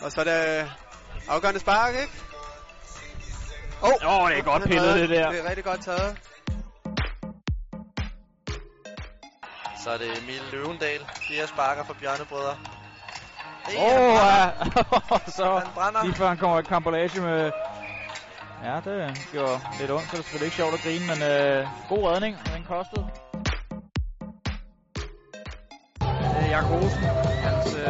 Og så er der afgørende spark, ikke? Åh, oh, Åh, det er godt pillet, det der. Det er rigtig godt taget. Så er det Emil Løvendal, fjerde sparker for Bjørnebrødre. Det er Åh, brænder. ja. så Han brænder. lige før han kommer i kampolage med... Ja, det gjorde lidt ondt, så det er selvfølgelig ikke sjovt at grine, men øh, god redning, men den kostede. Det er Jakob Olsen. Hans øh,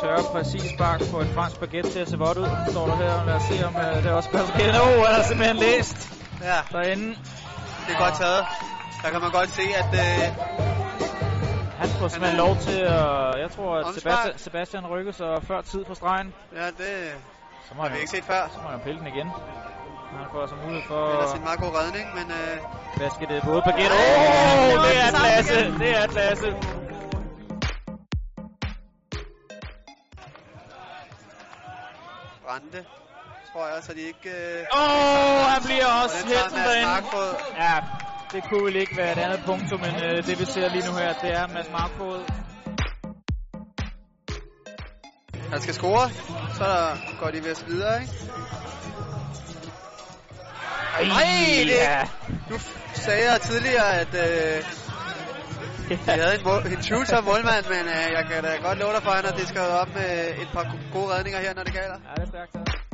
tørre præcis spark på en fransk baguette til at se godt ud. Står der her, lad os se om øh, det også passer igen. Åh, han har simpelthen læst Ja, derinde. det er godt taget. Der kan man godt se, at øh, Han får simpelthen lov til at... Jeg tror, at Omspark. Sebastian, Sebastian rykkede sig før tid på stregen. ja, det Så har må han vi jo ikke set før. Så må han pille den igen. Han får altså mulighed for Det er at ellers en meget god redning, men øh, vaske det på hovedet på gæt. Åh, Åh, det det er samme klasse. igen. Det er klasse. brændte, tror jeg, så de ikke... Øh, Åh, han bliver og også den tager hætten Mads derinde. Markfod. Ja, det kunne vel ikke være et andet punktum, men øh, det vi ser lige nu her, det er Mads Markod. Han skal score, så går de vist videre, ikke? Ej, det- ja. Nu sagde jeg tidligere, at øh, vi havde en, mål, en tvivlsom målmand, men øh, jeg kan da godt love dig for, at det skal op med et par go- gode redninger her, når det gælder. Ja, det er stærkt.